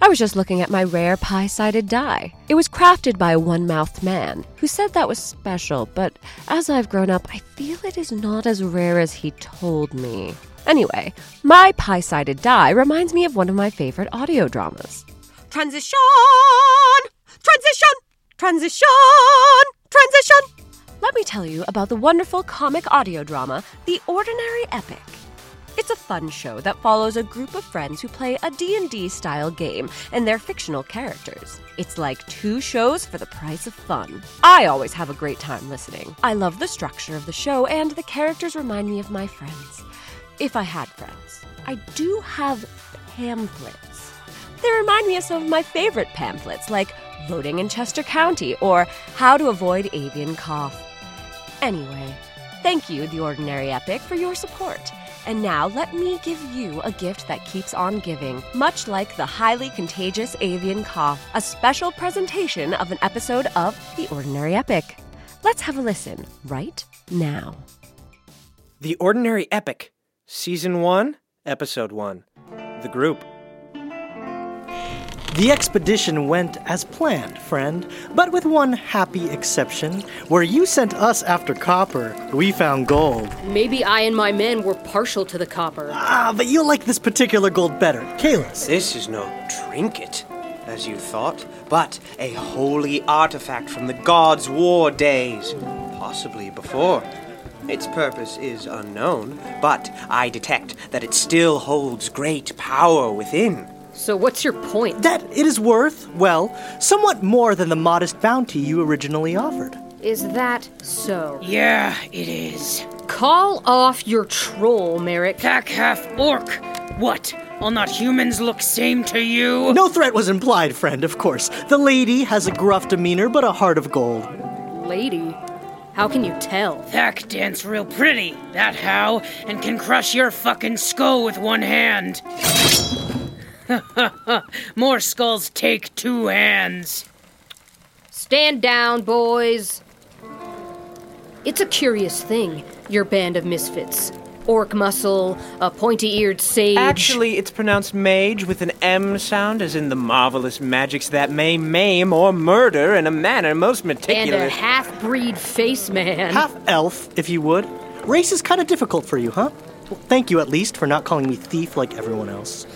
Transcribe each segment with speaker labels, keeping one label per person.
Speaker 1: I was just looking at my rare pie sided die. It was crafted by a one mouthed man who said that was special, but as I've grown up, I feel it is not as rare as he told me. Anyway, my pie sided die reminds me of one of my favorite audio dramas. Transition! Transition! Transition! Transition! Let me tell you about the wonderful comic audio drama, The Ordinary Epic. It's a fun show that follows a group of friends who play a D&D style game and their fictional characters. It's like two shows for the price of fun. I always have a great time listening. I love the structure of the show and the characters remind me of my friends. If I had friends. I do have pamphlets. They remind me of some of my favorite pamphlets like Voting in Chester County or How to Avoid Avian Cough. Anyway, thank you, The Ordinary Epic, for your support. And now let me give you a gift that keeps on giving, much like the highly contagious avian cough, a special presentation of an episode of The Ordinary Epic. Let's have a listen right now.
Speaker 2: The Ordinary Epic, Season 1, Episode 1. The Group.
Speaker 3: The expedition went as planned, friend, but with one happy exception. Where you sent us after copper, we found gold.
Speaker 4: Maybe I and my men were partial to the copper.
Speaker 3: Ah, but you like this particular gold better, Kalis.
Speaker 5: This is no trinket, as you thought, but a holy artifact from the gods' war days, possibly before. Its purpose is unknown, but I detect that it still holds great power within.
Speaker 4: So what's your point?
Speaker 3: That it is worth, well, somewhat more than the modest bounty you originally offered.
Speaker 4: Is that so?
Speaker 6: Yeah, it is.
Speaker 4: Call off your troll, Merrick.
Speaker 6: Pack half orc. What? Will not humans look same to you?
Speaker 3: No threat was implied, friend, of course. The lady has a gruff demeanor but a heart of gold.
Speaker 4: Lady, how can you tell?
Speaker 6: Pack dance real pretty, that how, and can crush your fucking skull with one hand. More skulls take two hands.
Speaker 4: Stand down, boys. It's a curious thing, your band of misfits. Orc muscle, a pointy eared sage.
Speaker 5: Actually, it's pronounced mage with an M sound, as in the marvelous magics that may maim or murder in a manner most
Speaker 4: and a
Speaker 5: meticulous.
Speaker 4: half breed face man.
Speaker 3: Half elf, if you would. Race is kind of difficult for you, huh? Well, thank you at least for not calling me thief like everyone else.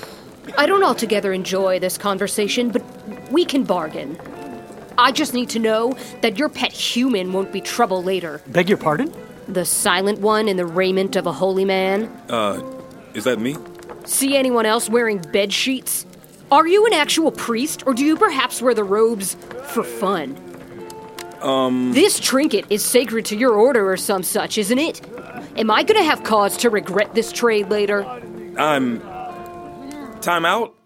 Speaker 4: I don't altogether enjoy this conversation, but we can bargain. I just need to know that your pet human won't be trouble later.
Speaker 3: Beg your pardon?
Speaker 4: The silent one in the raiment of a holy man?
Speaker 7: Uh, Is that me?
Speaker 4: See anyone else wearing bed sheets? Are you an actual priest, or do you perhaps wear the robes for fun? Um. This trinket is sacred to your order or some such, isn't it? Am I gonna have cause to regret this trade later?
Speaker 7: I'm. Time out?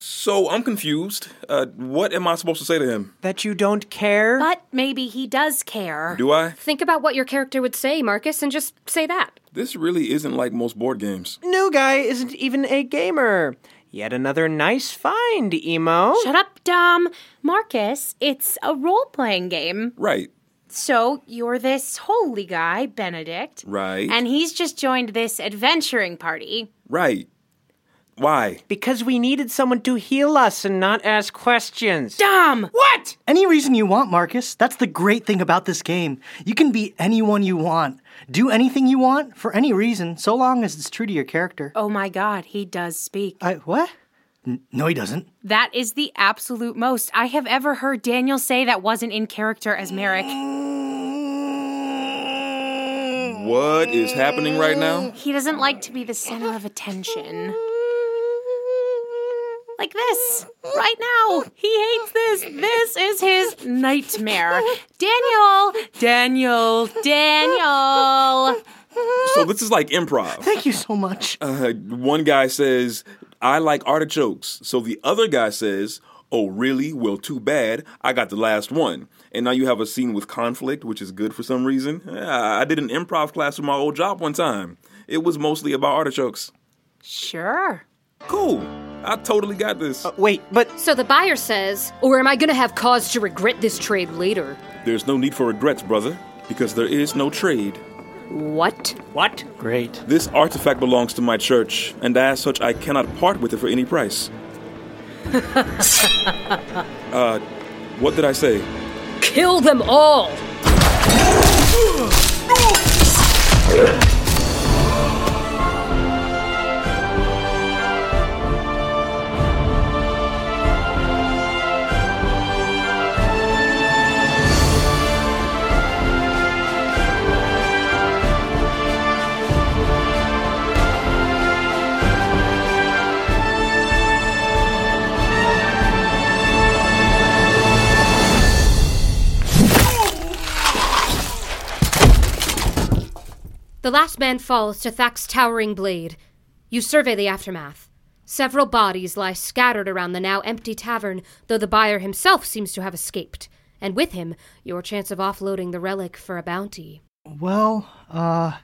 Speaker 7: So I'm confused. Uh, what am I supposed to say to him?
Speaker 5: that you don't care?
Speaker 8: But maybe he does care.
Speaker 7: Do I?
Speaker 4: Think about what your character would say, Marcus, and just say that.
Speaker 7: This really isn't like most board games.
Speaker 5: New guy isn't even a gamer. Yet another nice find, Emo.
Speaker 8: Shut up, Dom. Marcus, it's a role playing game.
Speaker 7: Right.
Speaker 8: So you're this holy guy, Benedict.
Speaker 7: Right.
Speaker 8: And he's just joined this adventuring party.
Speaker 7: Right. Why?
Speaker 5: Because we needed someone to heal us and not ask questions.
Speaker 8: Dom!
Speaker 5: What?
Speaker 3: Any reason you want, Marcus. That's the great thing about this game. You can be anyone you want, do anything you want, for any reason, so long as it's true to your character.
Speaker 8: Oh my god, he does speak.
Speaker 3: I, what? N- no, he doesn't.
Speaker 8: That is the absolute most I have ever heard Daniel say that wasn't in character as Merrick.
Speaker 7: What is happening right now?
Speaker 8: He doesn't like to be the center of attention. Like this, right now. He hates this. This is his nightmare. Daniel! Daniel! Daniel!
Speaker 7: So this is like improv.
Speaker 3: Thank you so much.
Speaker 7: Uh, one guy says, I like artichokes. So the other guy says, Oh, really? Well, too bad. I got the last one. And now you have a scene with conflict, which is good for some reason. Yeah, I did an improv class for my old job one time. It was mostly about artichokes.
Speaker 8: Sure.
Speaker 7: Cool. I totally got this.
Speaker 5: Uh, Oh.
Speaker 3: wait, but
Speaker 4: So the buyer says, or am I gonna have cause to regret this trade later?
Speaker 7: There's no need for regrets, brother, because there is no trade.
Speaker 4: What? What?
Speaker 3: Great.
Speaker 7: This artifact belongs to my church, and as such, I cannot part with it for any price. uh, what did I say?
Speaker 4: Kill them all! The last man falls to Thak's towering blade. You survey the aftermath. Several bodies lie scattered around the now empty tavern, though the buyer himself seems to have escaped, and with him, your chance of offloading the relic for a bounty.
Speaker 3: Well, uh,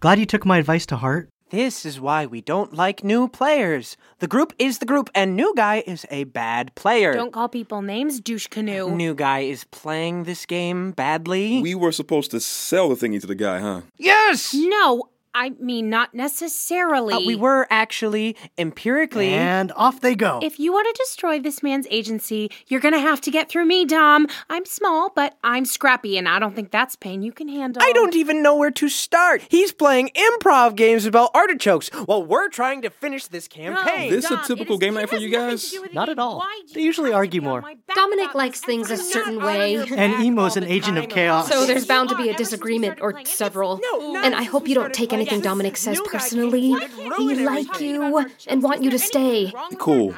Speaker 3: glad you took my advice to heart.
Speaker 5: This is why we don't like new players. The group is the group, and new guy is a bad player.
Speaker 8: Don't call people names, douche canoe.
Speaker 5: New guy is playing this game badly.
Speaker 7: We were supposed to sell the thingy to the guy, huh?
Speaker 5: yes!
Speaker 8: No, I mean, not necessarily.
Speaker 5: Uh, we were actually empirically.
Speaker 3: And off they go.
Speaker 8: If you want to destroy this man's agency, you're going to have to get through me, Dom. I'm small, but I'm scrappy, and I don't think that's pain you can handle.
Speaker 5: I don't even know where to start. He's playing improv games about artichokes while we're trying to finish this campaign.
Speaker 7: This a typical game night for you guys?
Speaker 3: Not at all. They usually argue more.
Speaker 4: Dominic likes things a certain way.
Speaker 3: and Emo's an agent of chaos.
Speaker 4: So there's bound to be a disagreement or several. And I hope you don't take anything Dominic says personally. They like you and want you to stay.
Speaker 7: Cool.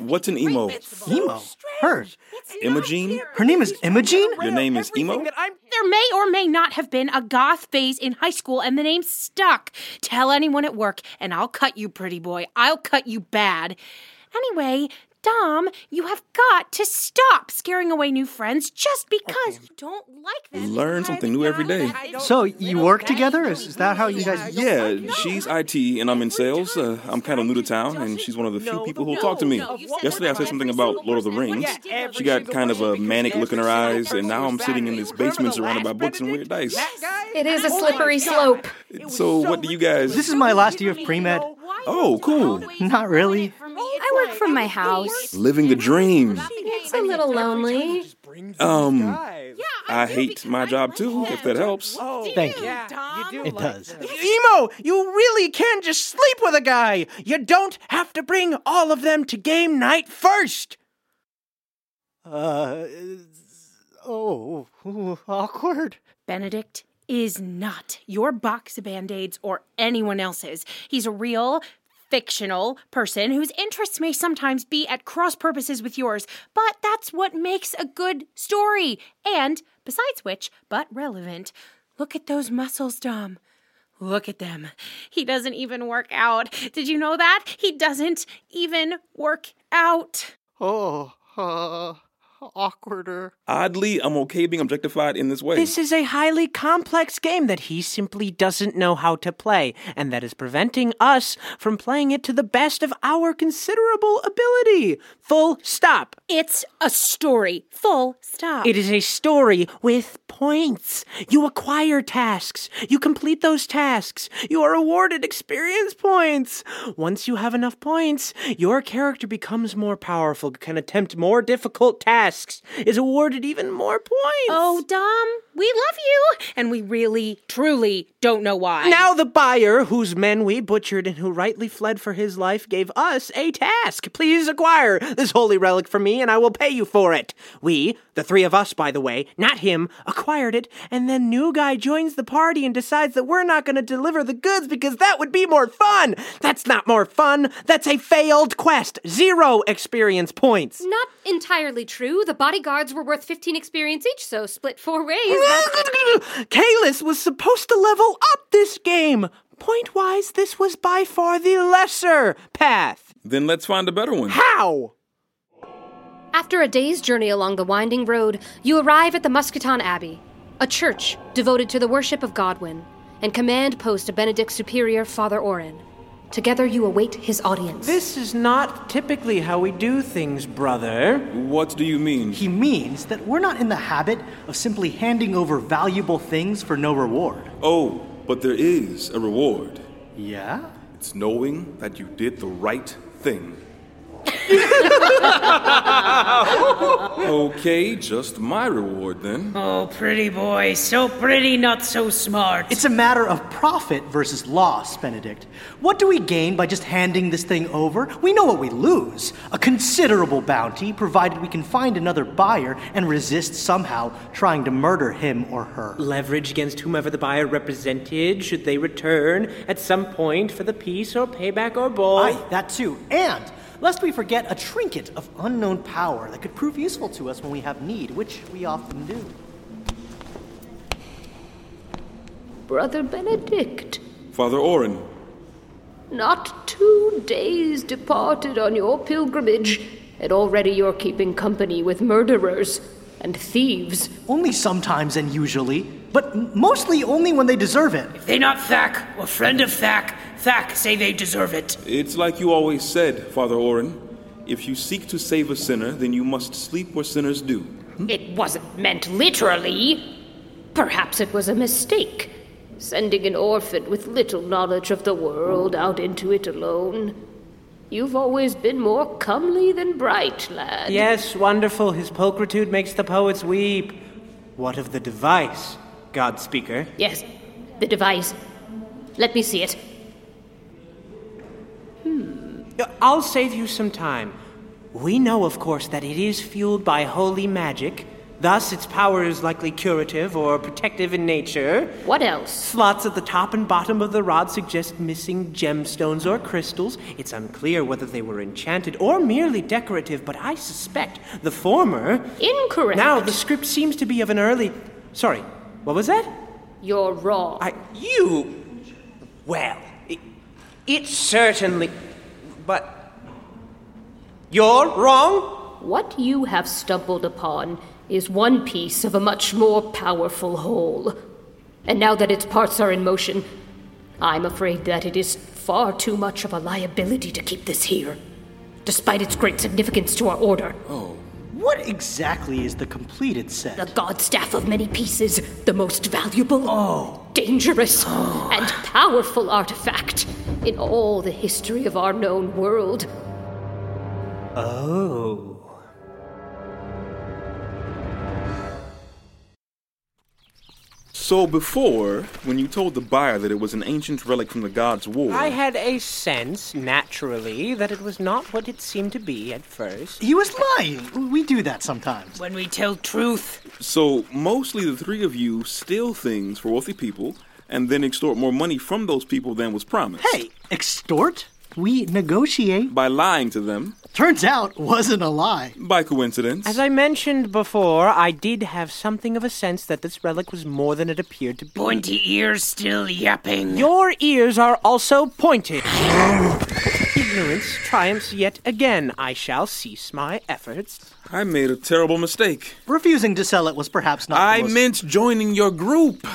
Speaker 7: What's an emo?
Speaker 3: Emo. Her.
Speaker 7: Imogene?
Speaker 3: Her name is Imogene?
Speaker 7: Your name is Emo?
Speaker 8: There may or may not have been a goth phase in high school, and the name stuck. Tell anyone at work, and I'll cut you, pretty boy. I'll cut you bad. Anyway, Dom, you have got to stop scaring away new friends just because you don't like them.
Speaker 7: Learn something new every day.
Speaker 3: So you work together? Is, is that how you guys?
Speaker 7: Yeah, she's IT and I'm in sales. Uh, I'm kind of new to town, and she's one of the few people who'll talk to me. Yesterday I said something about Lord of the Rings. She got kind of a manic look in her eyes, and now I'm sitting in this basement surrounded by books and weird dice.
Speaker 4: It is a slippery slope.
Speaker 7: So, what do you guys.
Speaker 3: This is my last year of pre med.
Speaker 7: Oh, cool.
Speaker 3: Not really.
Speaker 8: I work from my house.
Speaker 7: Living the dream.
Speaker 4: It's a little lonely.
Speaker 7: Um, I hate my job too, if that helps.
Speaker 3: Oh, Thank you. It does.
Speaker 5: Emo, you really can just sleep with a guy. You don't have to bring all of them to game night first.
Speaker 3: Uh, oh, ooh, awkward.
Speaker 8: Benedict is not your box of band aids or anyone else's. He's a real, fictional person whose interests may sometimes be at cross purposes with yours, but that's what makes a good story. And besides which, but relevant, look at those muscles, Dom. Look at them. He doesn't even work out. Did you know that? He doesn't even work out.
Speaker 3: Oh, uh, awkwarder.
Speaker 7: Oddly, I'm okay being objectified in this way.
Speaker 5: This is a highly complex game that he simply doesn't know how to play, and that is preventing us from playing it to the best of our considerable ability. Full stop.
Speaker 8: It's a story. Full stop.
Speaker 5: It is a story with points. You acquire tasks. You complete those tasks. You are awarded experience points. Once you have enough points, your character becomes more powerful, can attempt more difficult
Speaker 9: asks is awarded even more points.
Speaker 8: Oh, Dom, we love you, and we really, truly don't know why.
Speaker 9: Now the buyer, whose men we butchered and who rightly fled for his life, gave us a task. Please acquire this holy relic from me, and I will pay you for it. We, the three of us, by the way, not him, acquired it, and then new guy joins the party and decides that we're not going to deliver the goods because that would be more fun. That's not more fun. That's a failed quest. Zero experience points.
Speaker 4: Not entirely true. The bodyguards were worth 15 experience each, so split four ways.
Speaker 9: Kalis was supposed to level up this game. Point wise, this was by far the lesser path.
Speaker 7: Then let's find a better one.
Speaker 9: How?
Speaker 4: After a day's journey along the winding road, you arrive at the Muscaton Abbey, a church devoted to the worship of Godwin, and command post of Benedict's superior, Father Orin. Together you await his audience.
Speaker 5: This is not typically how we do things, brother.
Speaker 7: What do you mean?
Speaker 3: He means that we're not in the habit of simply handing over valuable things for no reward.
Speaker 7: Oh, but there is a reward.
Speaker 3: Yeah?
Speaker 7: It's knowing that you did the right thing. okay, just my reward then.
Speaker 10: Oh, pretty boy, so pretty, not so smart.
Speaker 3: It's a matter of profit versus loss, Benedict. What do we gain by just handing this thing over? We know what we lose a considerable bounty, provided we can find another buyer and resist somehow trying to murder him or her.
Speaker 5: Leverage against whomever the buyer represented should they return at some point for the piece or payback or both.
Speaker 3: Aye, that too. And lest we forget a trinket of unknown power that could prove useful to us when we have need, which we often do.
Speaker 4: Brother Benedict,
Speaker 7: Father Orin,
Speaker 4: not two days departed on your pilgrimage, and already you're keeping company with murderers and thieves.
Speaker 3: Only sometimes and usually, but m- mostly only when they deserve it.
Speaker 10: They not Thack, or friend of Thack. Thack say they deserve it.
Speaker 7: it's like you always said, Father Orin. If you seek to save a sinner, then you must sleep where sinners do.
Speaker 4: It wasn't meant literally. Perhaps it was a mistake, sending an orphan with little knowledge of the world out into it alone. You've always been more comely than bright, lad.
Speaker 5: Yes, wonderful. His pulchritude makes the poets weep. What of the device, God Speaker?
Speaker 4: Yes, the device. Let me see it.
Speaker 5: I'll save you some time. We know, of course, that it is fueled by holy magic. Thus, its power is likely curative or protective in nature.
Speaker 4: What else?
Speaker 5: Slots at the top and bottom of the rod suggest missing gemstones or crystals. It's unclear whether they were enchanted or merely decorative, but I suspect the former.
Speaker 4: Incorrect.
Speaker 5: Now, the script seems to be of an early. Sorry, what was that?
Speaker 4: You're wrong.
Speaker 5: I. You. Well, it, it certainly. But. You're wrong?
Speaker 4: What you have stumbled upon is one piece of a much more powerful whole. And now that its parts are in motion, I'm afraid that it is far too much of a liability to keep this here, despite its great significance to our order.
Speaker 3: What exactly is the completed set?
Speaker 4: The god staff of many pieces, the most valuable, dangerous, and powerful artifact in all the history of our known world.
Speaker 5: Oh.
Speaker 7: So before, when you told the buyer that it was an ancient relic from the God's War,
Speaker 5: I had a sense, naturally, that it was not what it seemed to be at first.
Speaker 3: He was lying. We do that sometimes.
Speaker 10: When we tell truth,
Speaker 7: So mostly the three of you steal things for wealthy people and then extort more money from those people than was promised.
Speaker 3: Hey, extort? We negotiate.
Speaker 7: By lying to them,
Speaker 3: Turns out, wasn't a lie.
Speaker 7: by coincidence.
Speaker 5: As I mentioned before, I did have something of a sense that this relic was more than it appeared to be.
Speaker 10: pointy ears still yapping.
Speaker 5: Your ears are also pointed. Ignorance triumphs yet again. I shall cease my efforts.
Speaker 7: I made a terrible mistake.
Speaker 3: Refusing to sell it was perhaps not. the
Speaker 7: I
Speaker 3: most-
Speaker 7: meant joining your group.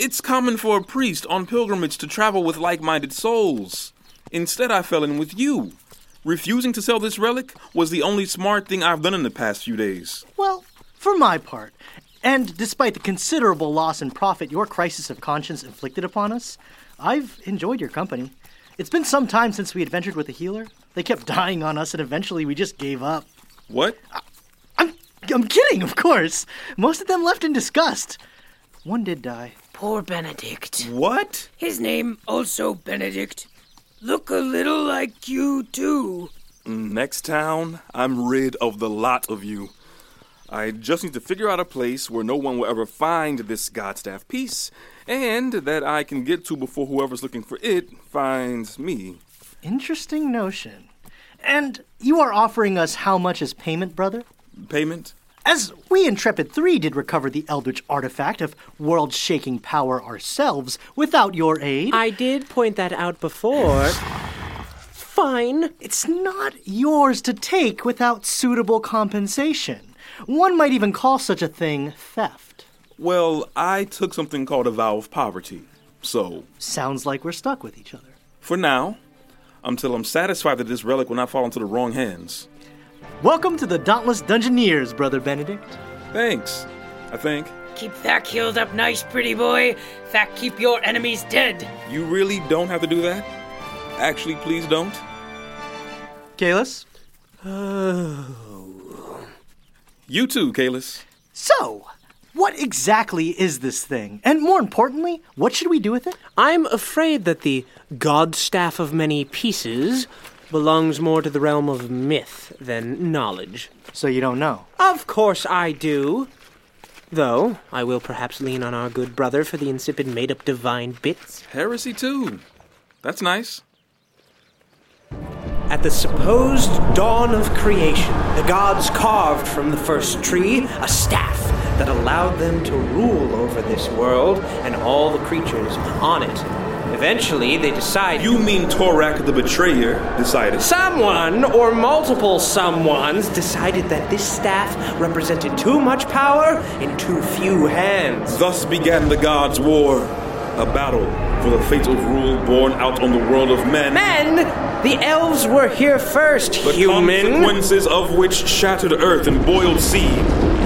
Speaker 7: It's common for a priest on pilgrimage to travel with like minded souls. Instead, I fell in with you. Refusing to sell this relic was the only smart thing I've done in the past few days.
Speaker 3: Well, for my part, and despite the considerable loss and profit your crisis of conscience inflicted upon us, I've enjoyed your company. It's been some time since we adventured with a healer. They kept dying on us, and eventually we just gave up.
Speaker 7: What?
Speaker 3: I'm kidding, of course. Most of them left in disgust. One did die.
Speaker 6: Poor Benedict.
Speaker 7: What?
Speaker 6: His name also Benedict. Look a little like you too.
Speaker 7: Next town, I'm rid of the lot of you. I just need to figure out a place where no one will ever find this Godstaff piece, and that I can get to before whoever's looking for it finds me.
Speaker 3: Interesting notion. And you are offering us how much as payment, brother?
Speaker 7: Payment?
Speaker 3: As we Intrepid 3 did recover the Eldritch artifact of world shaking power ourselves without your aid.
Speaker 11: I did point that out before. Fine.
Speaker 3: It's not yours to take without suitable compensation. One might even call such a thing theft.
Speaker 7: Well, I took something called a vow of poverty, so.
Speaker 3: Sounds like we're stuck with each other.
Speaker 7: For now, until I'm satisfied that this relic will not fall into the wrong hands.
Speaker 3: Welcome to the Dauntless Dungeoneers, Brother Benedict.
Speaker 7: Thanks, I think.
Speaker 6: Keep that healed up nice, pretty boy. That keep your enemies dead.
Speaker 7: You really don't have to do that? Actually, please don't.
Speaker 3: Kalis?
Speaker 5: Oh.
Speaker 7: You too, Kalis.
Speaker 3: So, what exactly is this thing? And more importantly, what should we do with it?
Speaker 11: I'm afraid that the God Staff of Many Pieces belongs more to the realm of myth than knowledge.
Speaker 3: So you don't know.
Speaker 11: Of course I do. Though, I will perhaps lean on our good brother for the insipid made up divine bits.
Speaker 7: Heresy, too. That's nice.
Speaker 5: At the supposed dawn of creation, the gods carved from the first tree a staff that allowed them to rule over this world and all the creatures on it. Eventually, they decided.
Speaker 7: You mean Torak the Betrayer decided.
Speaker 5: Someone, or multiple someones, decided that this staff represented too much power in too few hands.
Speaker 7: Thus began the gods' war, a battle for the fatal rule born out on the world of men.
Speaker 5: Men, the elves were here first,
Speaker 7: The
Speaker 5: human.
Speaker 7: consequences of which shattered earth and boiled sea,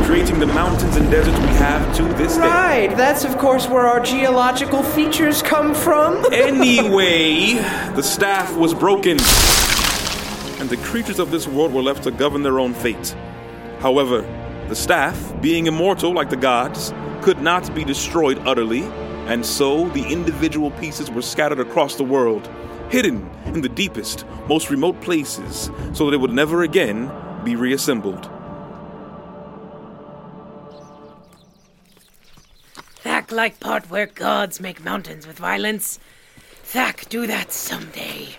Speaker 7: creating the mountains and deserts we have to this day.
Speaker 5: Right, that's of course where our geological features come from.
Speaker 7: Anyway, the staff was broken, and the creatures of this world were left to govern their own fate. However, the staff, being immortal like the gods, could not be destroyed utterly, and so the individual pieces were scattered across the world, hidden in the deepest, most remote places, so that it would never again be reassembled.
Speaker 6: Thack like part where gods make mountains with violence. Thack do that someday.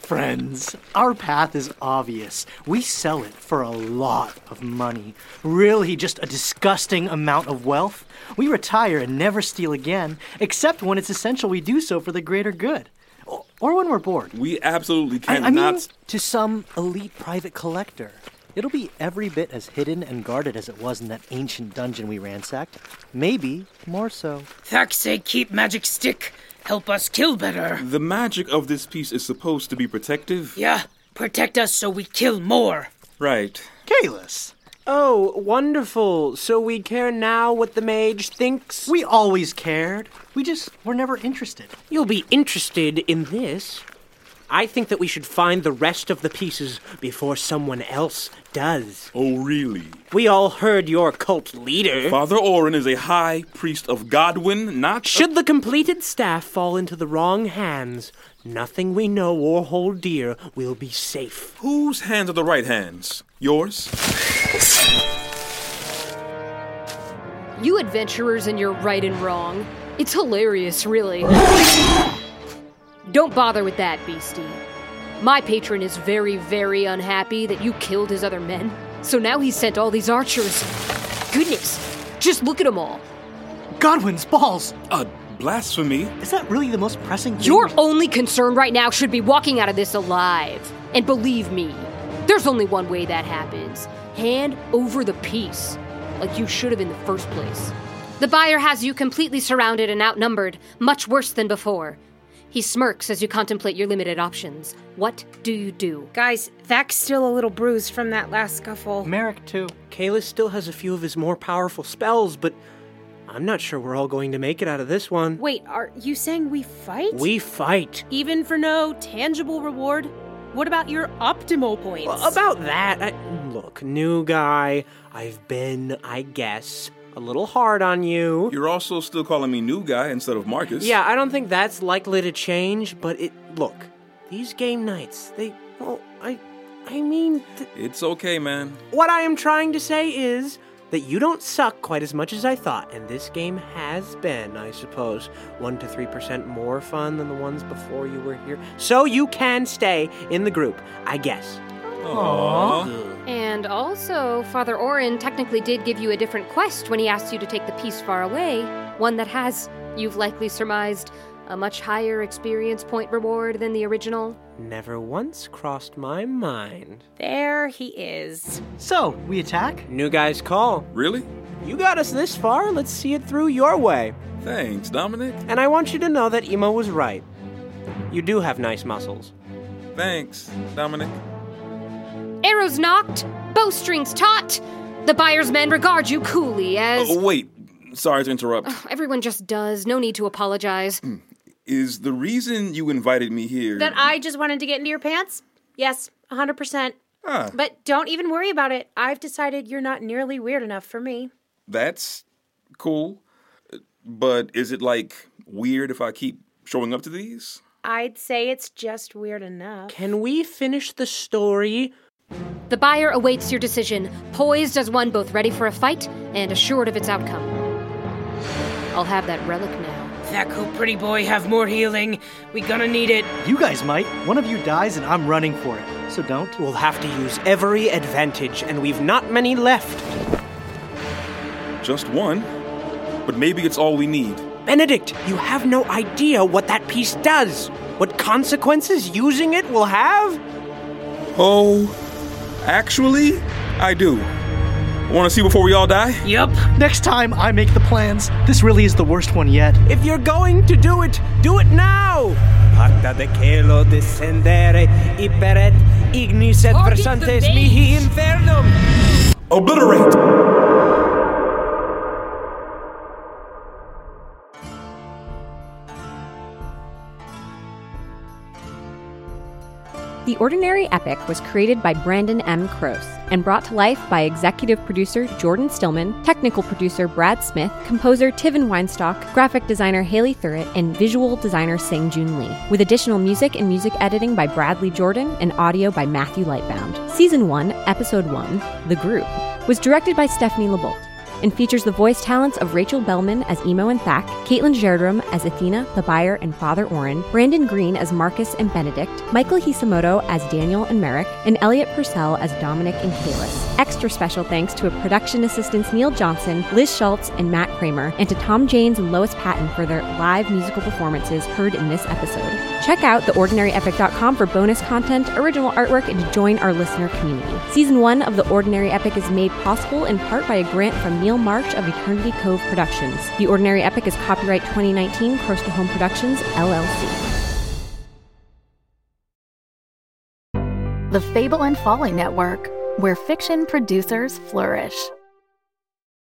Speaker 3: Friends, our path is obvious. We sell it for a lot of money. Really, just a disgusting amount of wealth. We retire and never steal again, except when it's essential we do so for the greater good. O- Or when we're bored.
Speaker 7: We absolutely
Speaker 3: I, I
Speaker 7: cannot.
Speaker 3: mean, to some elite private collector. It'll be every bit as hidden and guarded as it was in that ancient dungeon we ransacked. Maybe more so.
Speaker 6: Thack say keep magic stick. Help us kill better.
Speaker 7: The magic of this piece is supposed to be protective.
Speaker 6: Yeah, protect us so we kill more.
Speaker 7: Right.
Speaker 3: Kalis,
Speaker 11: Oh, wonderful. So we care now what the mage thinks?
Speaker 3: we always cared. We just were never interested.
Speaker 11: You'll be interested in this. I think that we should find the rest of the pieces before someone else does.
Speaker 7: Oh, really?
Speaker 11: We all heard your cult leader.
Speaker 7: Father Orin is a high priest of Godwin, not.
Speaker 11: Should the completed staff fall into the wrong hands, nothing we know or hold dear will be safe.
Speaker 7: Whose hands are the right hands? Yours?
Speaker 4: You adventurers and your right and wrong. It's hilarious, really. Don't bother with that, Beastie. My patron is very, very unhappy that you killed his other men, so now he sent all these archers. Goodness, just look at them all.
Speaker 3: Godwin's balls!
Speaker 7: Uh, blasphemy.
Speaker 3: Is that really the most pressing thing?
Speaker 4: Your only concern right now should be walking out of this alive. And believe me, there's only one way that happens hand over the piece, like you should have in the first place. The buyer has you completely surrounded and outnumbered, much worse than before. He smirks as you contemplate your limited options. What do you do?
Speaker 8: Guys, Thak's still a little bruised from that last scuffle.
Speaker 3: Merrick, too.
Speaker 11: Kalis still has a few of his more powerful spells, but I'm not sure we're all going to make it out of this one.
Speaker 8: Wait, are you saying we fight?
Speaker 11: We fight.
Speaker 8: Even for no tangible reward? What about your optimal points?
Speaker 11: Well, about that, I,
Speaker 5: look, new guy, I've been, I guess, a little hard on you.
Speaker 7: You're also still calling me new guy instead of Marcus.
Speaker 5: Yeah, I don't think that's likely to change, but it look, these game nights, they well, I I mean, th-
Speaker 7: It's okay, man.
Speaker 5: what I am trying to say is that you don't suck quite as much as I thought, and this game has been, I suppose, 1 to 3% more fun than the ones before you were here. So you can stay in the group, I guess.
Speaker 4: And also, Father Orin technically did give you a different quest when he asked you to take the piece far away, one that has, you've likely surmised, a much higher experience point reward than the original.
Speaker 5: Never once crossed my mind.
Speaker 8: There he is.
Speaker 3: So, we attack?
Speaker 5: New guy's call.
Speaker 7: Really?
Speaker 5: You got us this far, let's see it through your way.
Speaker 7: Thanks, Dominic.
Speaker 5: And I want you to know that Emo was right. You do have nice muscles.
Speaker 7: Thanks, Dominic.
Speaker 4: Arrows knocked, bowstrings taut. The buyer's men regard you coolly as.
Speaker 7: Oh, wait. Sorry to interrupt.
Speaker 4: Everyone just does. No need to apologize.
Speaker 7: Is the reason you invited me here
Speaker 8: That I just wanted to get into your pants? Yes, 100%.
Speaker 7: Ah.
Speaker 8: But don't even worry about it. I've decided you're not nearly weird enough for me.
Speaker 7: That's cool. But is it like weird if I keep showing up to these?
Speaker 8: I'd say it's just weird enough.
Speaker 5: Can we finish the story?
Speaker 4: The buyer awaits your decision, poised as one both ready for a fight and assured of its outcome. I'll have that relic now.
Speaker 12: Thack, who pretty boy, have more healing. We gonna need it.
Speaker 3: You guys might. One of you dies, and I'm running for it. So don't.
Speaker 5: We'll have to use every advantage, and we've not many left.
Speaker 7: Just one. But maybe it's all we need.
Speaker 5: Benedict, you have no idea what that piece does, what consequences using it will have.
Speaker 7: Oh, actually, I do. Want to see before we all die?
Speaker 12: Yup.
Speaker 3: Next time I make the plans. This really is the worst one yet.
Speaker 5: If you're going to do it, do it now! Pacta de celo descendere, iperet ignis et
Speaker 4: Target the versantes mihi base.
Speaker 5: infernum!
Speaker 7: Obliterate!
Speaker 1: The Ordinary Epic was created by Brandon M. Kroos and brought to life by executive producer Jordan Stillman, technical producer Brad Smith, composer Tiven Weinstock, graphic designer Haley Thurrett, and visual designer Sing Jun Lee, with additional music and music editing by Bradley Jordan and audio by Matthew Lightbound. Season 1, Episode 1, The Group, was directed by Stephanie LeBolt and features the voice talents of Rachel Bellman as Emo and Thack, Caitlin Gerardum as Athena, the buyer, and Father Orin, Brandon Green as Marcus and Benedict, Michael Hisamoto as Daniel and Merrick, and Elliot Purcell as Dominic and Kalis. Extra special thanks to a production assistants Neil Johnson, Liz Schultz, and Matt Kramer, and to Tom Janes and Lois Patton for their live musical performances heard in this episode. Check out theordinaryepic.com for bonus content, original artwork, and to join our listener community. Season 1 of The Ordinary Epic is made possible in part by a grant from Neil March of Eternity Cove Productions. The Ordinary Epic is copyright 2019 Close to Home Productions, LLC.
Speaker 13: The Fable and Folly Network, where fiction producers flourish.